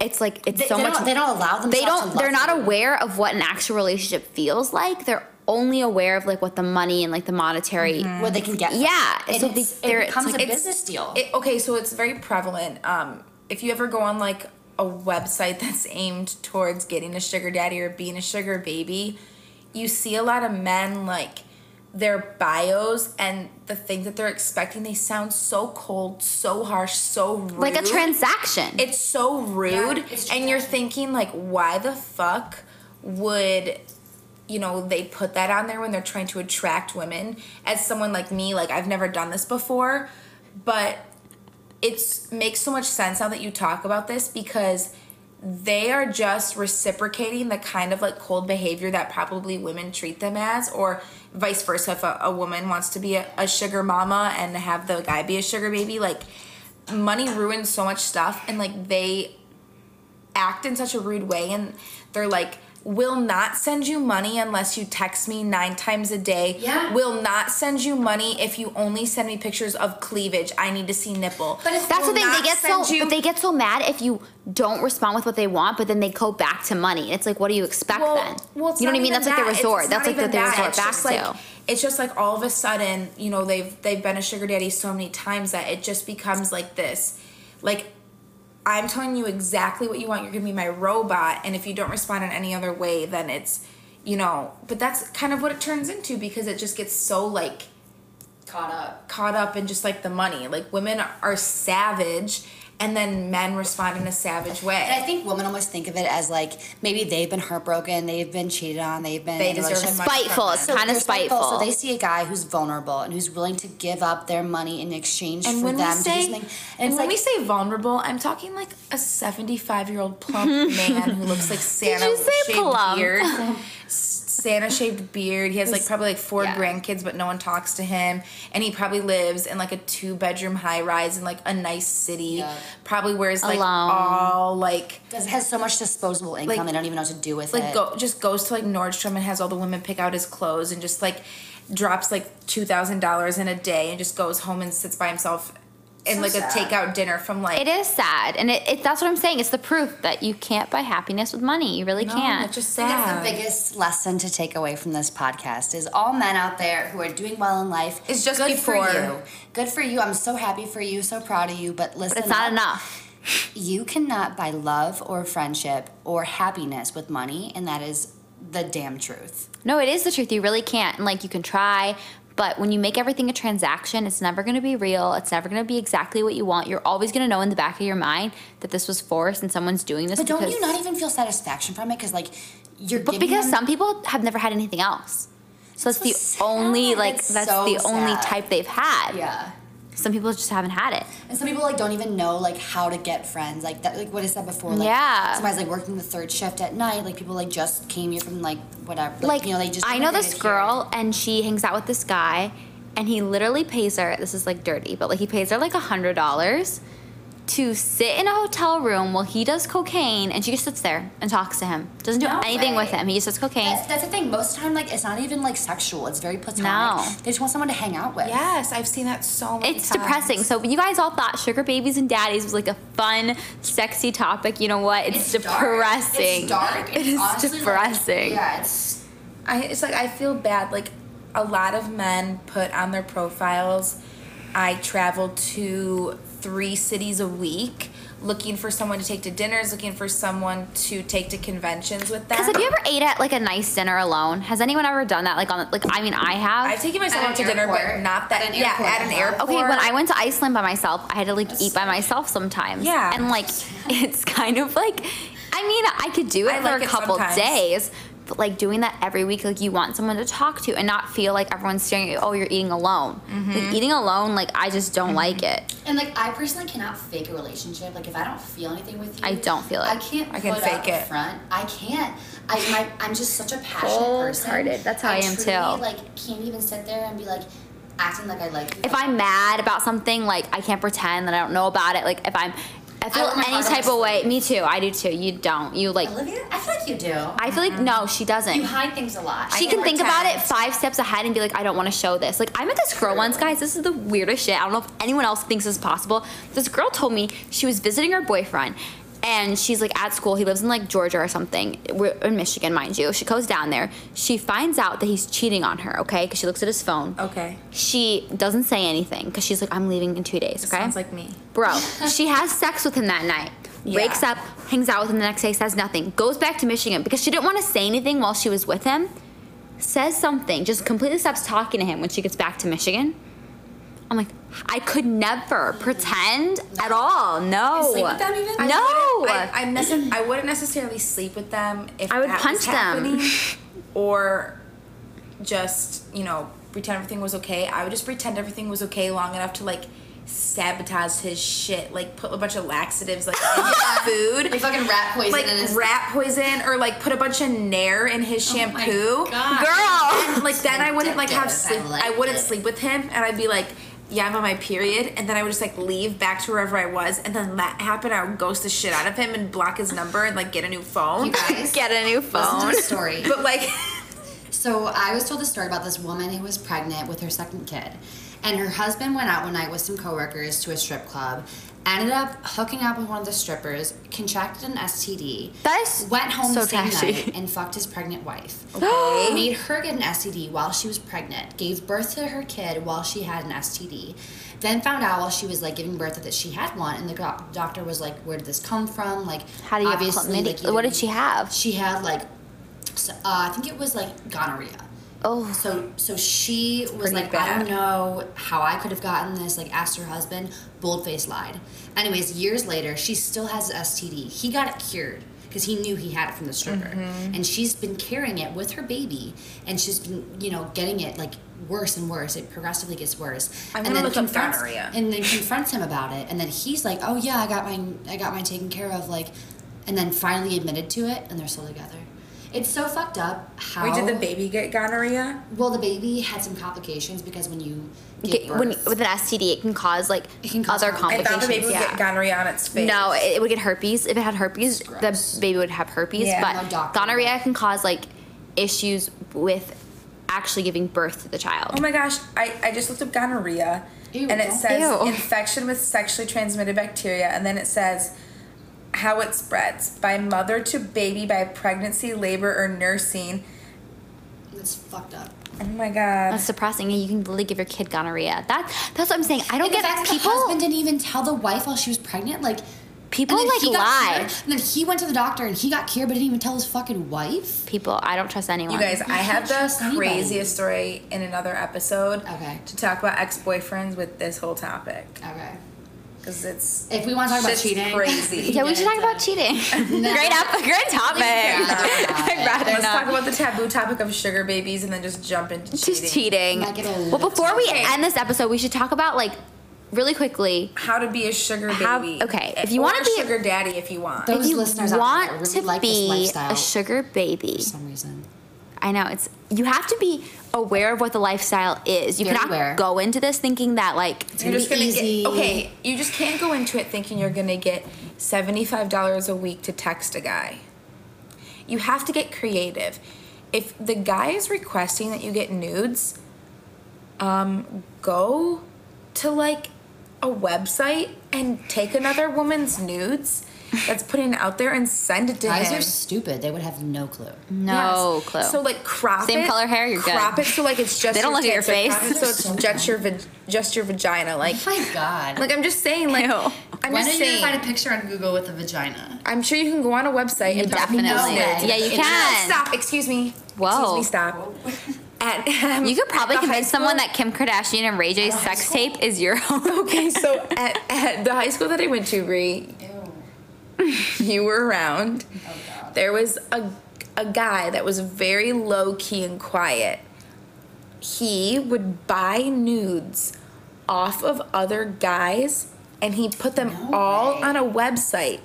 it's like it's They, so they much Don't, they don't allow themselves. they To don't love they're not you. aware of what an actual relationship feels like they're only aware of like what the money and like the monetary what they can get. from Yeah, it, so And they- it's- they're- it it's becomes like- a it's- business deal. It, okay, so it's very prevalent. Um, if you ever go on like a website that's aimed towards getting a sugar daddy or being a sugar baby, you see a lot of men like their bios and the thing that they're expecting. They sound so cold, so harsh, so rude. like a transaction. It's so rude, it's and you're thinking like, why the fuck would you know they put that on there when they're trying to attract women? As someone like me, like I've never done this before, but it's makes so much sense now that you talk about this because they are just reciprocating the kind of like cold behavior that probably women treat them as or vice versa if a, a woman wants to be a, a sugar mama and have the guy be a sugar baby like money ruins so much stuff and like they act in such a rude way and they're like will not send you money unless you text me nine times a day Yeah. will not send you money if you only send me pictures of cleavage i need to see nipple but it's That's the will thing. They not get so send you- but they get so mad if you don't respond with what they want, but then they go back to money. It's like, what do you expect then? it's you know not what I mean? even That's like the that. It's- resort. it's That's not like even what they that. resort It's back just to. like, It's just like all of a sudden, you know, they've they've been a sugar daddy so many times that it just becomes like this, like. I'm telling you exactly what you want. You're gonna be my robot, and if you don't respond in any other way, then it's, you know. But that's kind of what it turns into because it just gets so like caught up. caught up in just like the money. Like women are savage, and then men respond in a savage way. And I think women almost think of it as like maybe they've been heartbroken, they've been cheated on, they've been They in a deserve relationship- much spiteful. It's So kind of they're spiteful. So they see a guy who's vulnerable and who's willing to give up their money in exchange and for when them we to say do something. and it's like, when we say vulnerable, I'm talking like a 75 year old plump man who looks like Santa you say shaved plump? beard. S- Santa shaved beard. He has like probably like four yeah. grandkids, but no one talks to him. And he probably lives in like a two bedroom high rise in like a nice city. Yeah. Probably wears like Alone. all like does- has so much disposable income Like- they don't even know what to do with like it. go just goes to like Nordstrom and has all the women pick out his clothes and just like drops like two thousand dollars in a day and just goes home and sits by himself in So like sad. a takeout dinner from like It is sad, and it, it, that's what I'm saying. It's the proof that you can't buy happiness with money. You really No, can't. it's just I think sad. That's the biggest lesson to take away from this podcast is all men out there who are doing well in life. It's just good before. for you. Good for you. I'm so happy for you. So proud of you. But listen, but it's not up. enough. You cannot buy love or friendship or happiness with money, and that is the damn truth. No, it is the truth. You really can't. And like you can try, but when you make everything a transaction, it's never going to be real. It's never going to be exactly what you want. You're always going to know in the back of your mind that this was forced and someone's doing this. But don't because, you not even feel satisfaction from it? Because like you're But giving because them- some people have never had anything else. So that's So the sad. only like That's that's so the only sad. type they've had. yeah. Some people just haven't had it. And some people like don't even know like how to get friends. Like that like what I said before. Like, Yeah. Somebody's like working the third shift at night. Like people like just came here from like whatever. like, you know they just I know immigrated this here. girl and she hangs out with this guy and he literally pays her this is like dirty, but like he pays her like a hundred dollars to sit in a hotel room while he does cocaine and she just sits there and talks to him. Doesn't do No anything with way. him. He just does cocaine. That's, that's the thing. Most of the time, like, it's not even like sexual. It's very platonic. No. They just want someone to hang out with. yes, I've seen that so many It's times. depressing. So you guys all thought sugar babies and daddies was like a fun, sexy topic. You know what? It's, depressing. Dark. It It's dark. It's is honestly, like, depressing. yeah, it's I it's like I feel bad. Like a lot of men put on their profiles, I travel to three cities a week looking for someone to take to dinners, looking for someone to take to conventions with them. Because have you ever ate at like a nice dinner alone? Has anyone ever done that? Like on like I mean I have. I've taken myself At out to an dinner, but airport. not that. At an yeah, airport, at an uh-huh. airport. Okay, when I went to Iceland by myself, I had to like eat by myself sometimes. Yeah. And like it's kind of like I mean, I could do it I for like a it couple sometimes. days, but like doing that every week, like you want someone to talk to and not feel like everyone's staring at you, oh, you're eating alone. Mm-hmm. Like eating alone, like I just don't like it. and like I personally cannot fake a relationship. Like if I don't feel anything with you, I don't feel it. I can't. I can put fake up it. Front. I can't. I my, I'm just such a passionate person. Cold-hearted. That's how I am, truly, too. Like can't even sit there and be like acting like I like you. If I'm mad about something, like I can't pretend that I don't know about it. Like if I'm I feel want my any heart on type my of way. Me too. I do too. You don't. You like Olivia, I feel like you do. I feel Mm-hmm. like no, she doesn't. You hide things a lot. She I can can think about it pretend. five steps ahead and be like, I don't want to show this. Like, I met this girl once, guys. This is the weirdest shit. I don't know if anyone else thinks this is possible. This girl told me she was visiting her boyfriend And she's like at school. He lives in like Georgia or something. We're in Michigan, mind you. She goes down there. She finds out that he's cheating on her, okay? Because she looks at his phone. Okay. She doesn't say anything because she's like, I'm leaving in two days, okay? Sounds like me. Bro, she has sex with him that night. Yeah. Wakes up, hangs out with him the next day, says nothing. Goes back to Michigan because she didn't want to say anything while she was with him. Says something, just completely stops talking to him when she gets back to Michigan. I'm like, I could never pretend at all. No. sleep with them even? Oh. No. I I, I, nece- I wouldn't necessarily sleep with them if I would that was punch them. happening, or just you know pretend everything was okay. I would just pretend everything was okay long enough to like sabotage his shit, like put a bunch of laxatives like in his Like food, fucking rat poison like in his rat poison, or like put a bunch of nair in his shampoo. Oh my God. Girl. like then I wouldn't like have Addictive. I sleep. I, like wouldn't it. sleep with him, and I'd be like, "Yeah, I'm on my period," and then I would just like leave back to wherever I was, and then that happened. I would ghost the shit out of him and block his number and like get a new phone. You guys, Get a new listen to phone. the story. But like, So I was told a story about this woman who was pregnant with her second kid, and her husband went out one night with some coworkers to a strip club, ended up hooking up with one of the strippers, contracted an STD, That is went home so the same trashy. night and fucked his pregnant wife. Made her get an STD while she was pregnant, gave birth to her kid while she had an STD. Then found out while she was like giving birth that she had one, and the go- doctor was like, "Where did this come from? Like, How do you have chlamydia? What did she have? She had like, s- uh, I think it was like gonorrhea. Oh. So so she was pretty like, I bad. don't know how I could have gotten this. Like asked her husband, boldface lied. Anyways, years later, she still has STD. He got it cured because he knew he had it from the stripper, Mm-hmm. and she's been carrying it with her baby, and she's been you know getting it like worse and worse. It progressively gets worse, I'm and gonna look up confronts gonorrhea. and then confronts him about it, and then he's like, oh yeah, I got mine, I got mine taken care of, like, and then finally admitted to it, and they're still together. It's so fucked up how wait, did the baby get gonorrhea? well, the baby had some complications because when you give Get- birth, when, with an STD, it can cause like It can cause other I complications. complications. thought the baby would yeah. get gonorrhea on its face. No, it, it would get herpes. If it had herpes, gross. the baby would have herpes. Yeah, no but doctor would. gonorrhea can cause like issues with actually giving birth to the child. Oh my gosh, I, I just looked up gonorrhea Ew, and it don't- says Ew. infection with sexually transmitted bacteria, and then it says how it spreads by mother to baby by pregnancy, labor, or nursing. it's fucked up. Oh my god. That's depressing, and you can really give your kid gonorrhea. That that's what I'm saying. I don't And the get fact that the people. husband didn't even tell the wife while she was pregnant, like People, and then like, he got lie. cured, and then he went to the doctor and he got cured, but didn't even tell his fucking wife. people, I don't trust anyone. You guys, I have can't trust the anybody. craziest story in another episode Okay. to talk about ex boyfriends with this whole topic. Okay. Because it's Eh, If we want to talk shit's about cheating, crazy. yeah, we should talk about cheating. great up, great topic. I'd rather Let's not. talk about the taboo topic of sugar babies and then just jump into cheating. Just cheating. Like, it'll Well, before we Okay. end this episode, we should talk about like really quickly How to be a sugar baby. How- okay, if you Or wanna a be a- sugar daddy if you want. Those if you listeners out there want that really to like this be a lifestyle. sugar baby, for some reason. I know it's you have to be aware of what the lifestyle is. You Very cannot aware. go into this thinking that like It's gonna be easy. get okay. You just can't go into it thinking you're gonna get seventy five dollars a week to text a guy. You have to get creative. If the guy is requesting that you get nudes, um, go to like a website and take another woman's nudes that's putting it out there and send it to Guys him. are stupid. They would have no clue. no Yes. clue. So like crop Same it, color hair, you're good. crop it so like it's just They don't your look at your tits, or crop face. it so it's just your vag- just your vagina. Like Oh my god. like I'm just saying like Ew. I'm when are just you gonna saying. find a picture on Google with a vagina? I'm sure you can go on a website you and document definitely, No way. yeah, you It's can. Stop. Excuse me. Whoa. Excuse me. Stop. At, um, You could probably at the high convince someone school- that Kim Kardashian and Ray J's high sex school? tape is your own. Okay, so at, at the high school that I went to, Bree, Ew. you were around. Oh god. There was a a guy that was very low key and quiet. He would buy nudes off of other guys and he put them No all way. on a website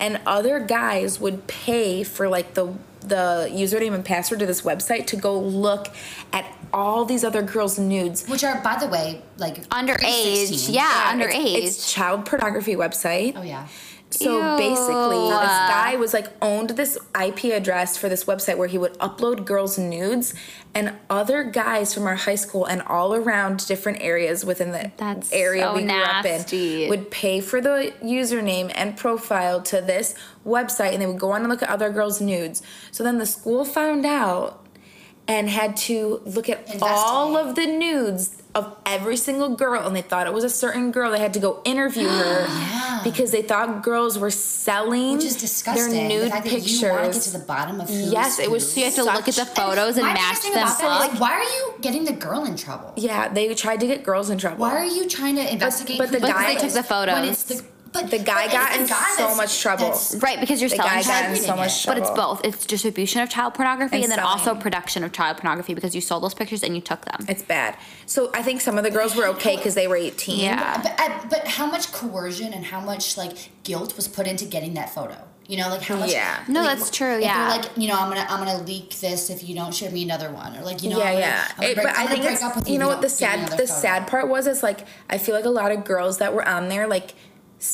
and other guys would pay for like the the username and password to this website to go look at all these other girls' nudes. Which are, by the way, like Underage, pre-sixteen. yeah, it's- underage. It's, child pornography website. Oh yeah. So basically, this guy was like owned this IP address for this website where he would upload girls' nudes and other guys from our high school and all around different areas within the That's area so we grew up nasty. in would pay for the username and profile to this website and they would go on and look at other girls' nudes. So then the school found out and had to look at all Investigate. of the nudes of every single girl and they thought it was a certain girl they had to go interview her because they thought girls were selling Which is disgusting. their nude the fact pictures That you want to get to the bottom of who's Yes, it was So who. you have to look at the such- photos and My match biggest thing them about that is, up. Like, why are you getting the girl in trouble? yeah they tried to get girls in trouble Why are you trying to investigate? but the who guy- did Because they it took the When it's the, but The but guy it's got the in guy so that's- much trouble. that's- Right, because you're the selling guy got in child so much it. But trouble it's both. It's distribution of child pornography And and, then also selling. production of child pornography because you sold those pictures and you took them. it's bad so i think some of the girls were okay because they were 18 Yeah. But, I, but how much coercion and how much like guilt was put into getting that photo? You know, like how much. Yeah. No, like, that's true, if yeah. They're like, you know, I'm gonna, I'm gonna leak this if you don't show me another one, or like, you know, yeah, I'm gonna, yeah. I'm gonna It- break, but I'm I gonna think break it's up with you know if what the don't give me sad the another photo. sad part was is like I feel like a lot of girls that were on there like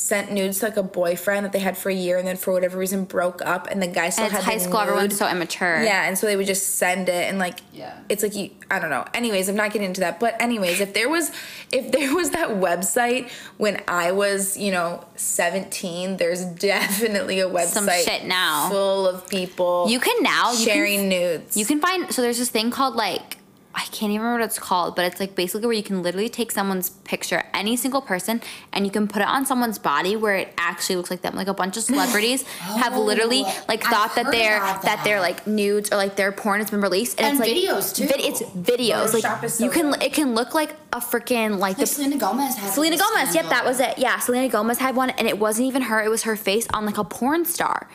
sent nudes to like a boyfriend that they had for a year and then for whatever reason broke up and the guy still and had it's high the school, nude. everyone's so immature. Yeah, and so they would just send it and like Yeah. it's like you I don't know. Anyways, I'm not getting into that. But anyways, if there was if there was that website when I was, you know, 17, there's definitely a website shit now. full of people You can now you can- sharing nudes. You can find so there's this thing called like I can't even remember what it's called, but it's like basically where you can literally take someone's picture, any single person, and you can put it on someone's body where it actually looks like them. Like a bunch of celebrities have literally like Oh, I've thought that heard they're about that. that. they're like nudes or like their porn has been released, and, it's And like videos, too. vid- it's videos. Photoshop Like is so you can good. it can look like a freaking like Like the Selena Gomez had. Selena this Gomez. Yep, that scandal. was it. Yeah, Selena Gomez had one, and it wasn't even her. It was her face on like a porn star.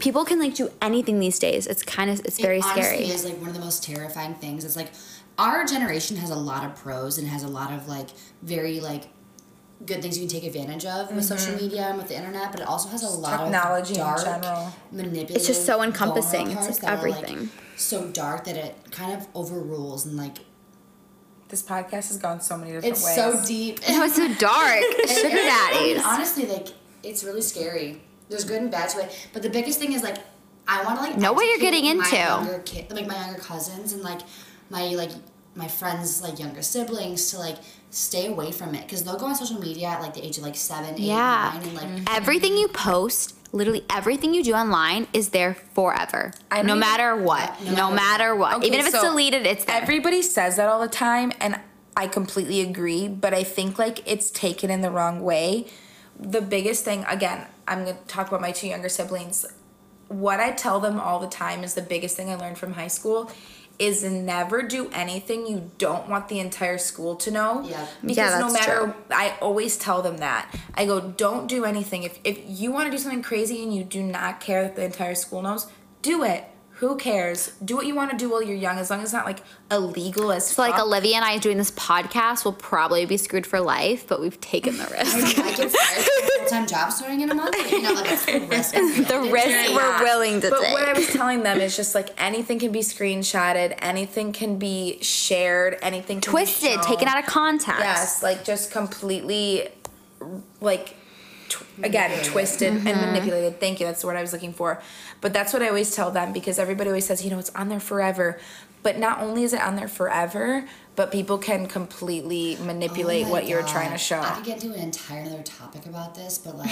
People can like do anything these days. It's kind of it's very Mm-hmm. it scary. Honestly, is like one of the most terrifying things. It's like our generation has a lot of pros and has a lot of like very like good things you can take advantage of Mm-hmm. with social media and with the internet, but it also has a lot technology in of dark, general. manipulative. It's just so encompassing. vulnerable It's, like, parts that are, like, everything. so dark that it kind of overrules and like this podcast has gone so many different it's ways. so deep. No, it's so dark. Sugar daddies. Honestly, like it's really scary. There's good and bad to it, but the biggest thing is like I want to like Know what you're educate getting into. My younger kid, like my younger cousins and like my like my friends like younger siblings to like stay away from it because they'll go on social media at like the age of like seven, eight, Yeah. nine, and like Everything you post, literally everything you do online, is there forever. I no don't matter what. no No matter matter what. Okay, Even if it's so deleted, it's there. Everybody says that all the time, and I completely agree, but I think like it's taken in the wrong way. The biggest thing, again, I'm gonna talk about my two younger siblings. What I tell them all the time is the biggest thing I learned from high school is never do anything you don't want the entire school to know. Yeah. Because Yeah, no that's matter true. I always tell them that. I go, don't do anything. If, if you want to do something crazy and you do not care that the entire school knows, do it. Who cares? Do what you want to do while you're young, as long as it's not like illegal as so like fuck. Olivia and I doing this podcast will probably be screwed for life, but we've taken the I risk. mean, I get fired from a full time job starting in a month. Like, you know, like it's the risk. the risk we're willing to but take. what I was telling them is just like anything can be screenshotted, anything can be shared, anything can be Twisted, shown. taken out of context. Yes, like just completely, like, tw- again, twisted Mm-hmm. and manipulated. Thank you. That's the word I was looking for. But that's what I always tell them because everybody always says, you know, it's on there forever. But not only is it on there forever, but people can completely manipulate Oh my what you're God. trying to show. I could get into an entire other topic about this, but like,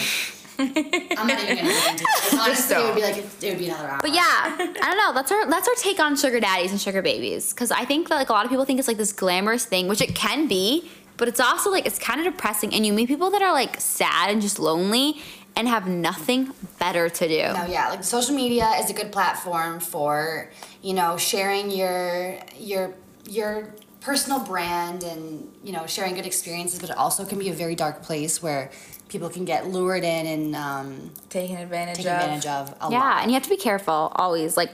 I'm not even gonna get into it. Honestly, it would be like it would be another hour. But yeah, I don't know. That's our that's our take on sugar daddies and sugar babies because I think that like a lot of people think it's like this glamorous thing, which it can be, but it's also like it's kind of depressing. And you meet people that are like sad and just lonely and have nothing better to do. No, yeah, like social media is a good platform for you know sharing your your your personal brand and you know sharing good experiences, but it also can be a very dark place where people can get lured in and um, Taking advantage taken of. advantage of a Yeah, lot. and you have to be careful always. Like,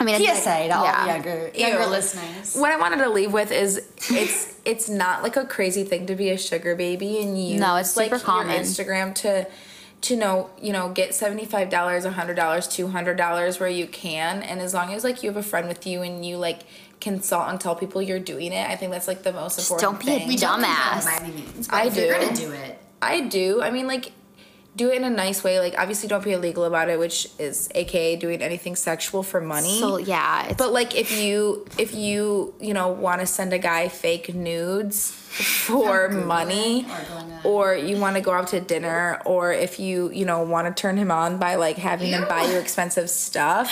I mean, I think, like- PSA to all yeah. the younger younger Ew. listeners. What I wanted to leave with is it's it's not like a crazy thing to be a sugar baby and use No, it's like super common. your Instagram to to know, you know, get $75, $100, $200 where you can and as long as like you have a friend with you and you like consult and tell people you're doing it, I think that's like the most important don't be a thing. dumb- don't condone dumbass. By any means, but I if you're do. gonna do it. I do. I mean like do it in a nice way. Like obviously don't be illegal about it, which is aka doing anything sexual for money. So yeah, it's But like if you if you, you know, want to send a guy fake nudes for money or going on- or you want to go out to dinner or if you, you know, want to turn him on by like having him buy you Ew. expensive stuff,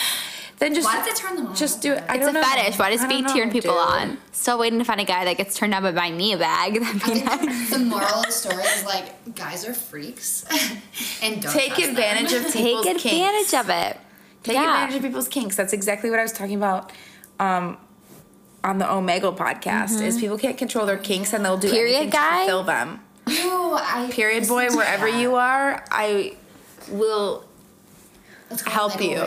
then just Why does it turn them on? Just do it. I it's a don't know. fetish. Why does I don't fate know, turn people dude. on? Still waiting to find a guy that gets turned on by my knee bag. That'd be nice. the moral of the story is like guys are freaks and don't Take trust them. advantage Take of people's kinks. advantage of it. Take yeah. advantage of people's kinks. That's exactly what I was talking about um, on the Omegle podcast. Is people can't control their kinks and they'll do Mm-hmm. Period anything guy? to fulfill them. Ew, I Period boy, wherever you are, I will. help you. All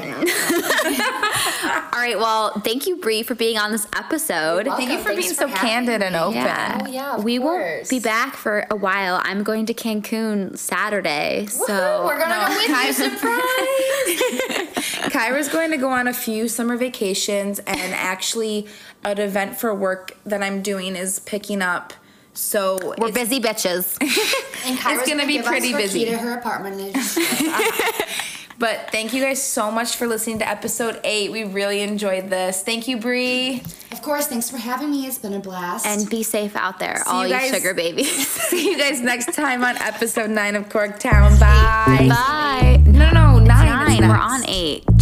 right. Well, thank you, Bree, for being on this episode. You're Thank you Welcome. for being Thanks so for having candid and me. open. Yeah. Oh, yeah, of we won't course. be back for a while. I'm going to Cancun Saturday, so So we're gonna no. go with you. Surprise! Kyra's going to go on a few summer vacations, and actually, an event for work that I'm doing is picking up. So we're it's- busy bitches. and Kyra's gonna be give us pretty her busy. Key to her apartment. And just, But thank you guys so much for listening to episode eight. We really enjoyed this. Thank you, Bree. of course, thanks for having me. It's been a blast. and be safe out there, See all you you guys. sugar babies. See you guys next time on episode nine of Corktown. Bye. Bye. No, no, nine. is Nine. We're next. on eight.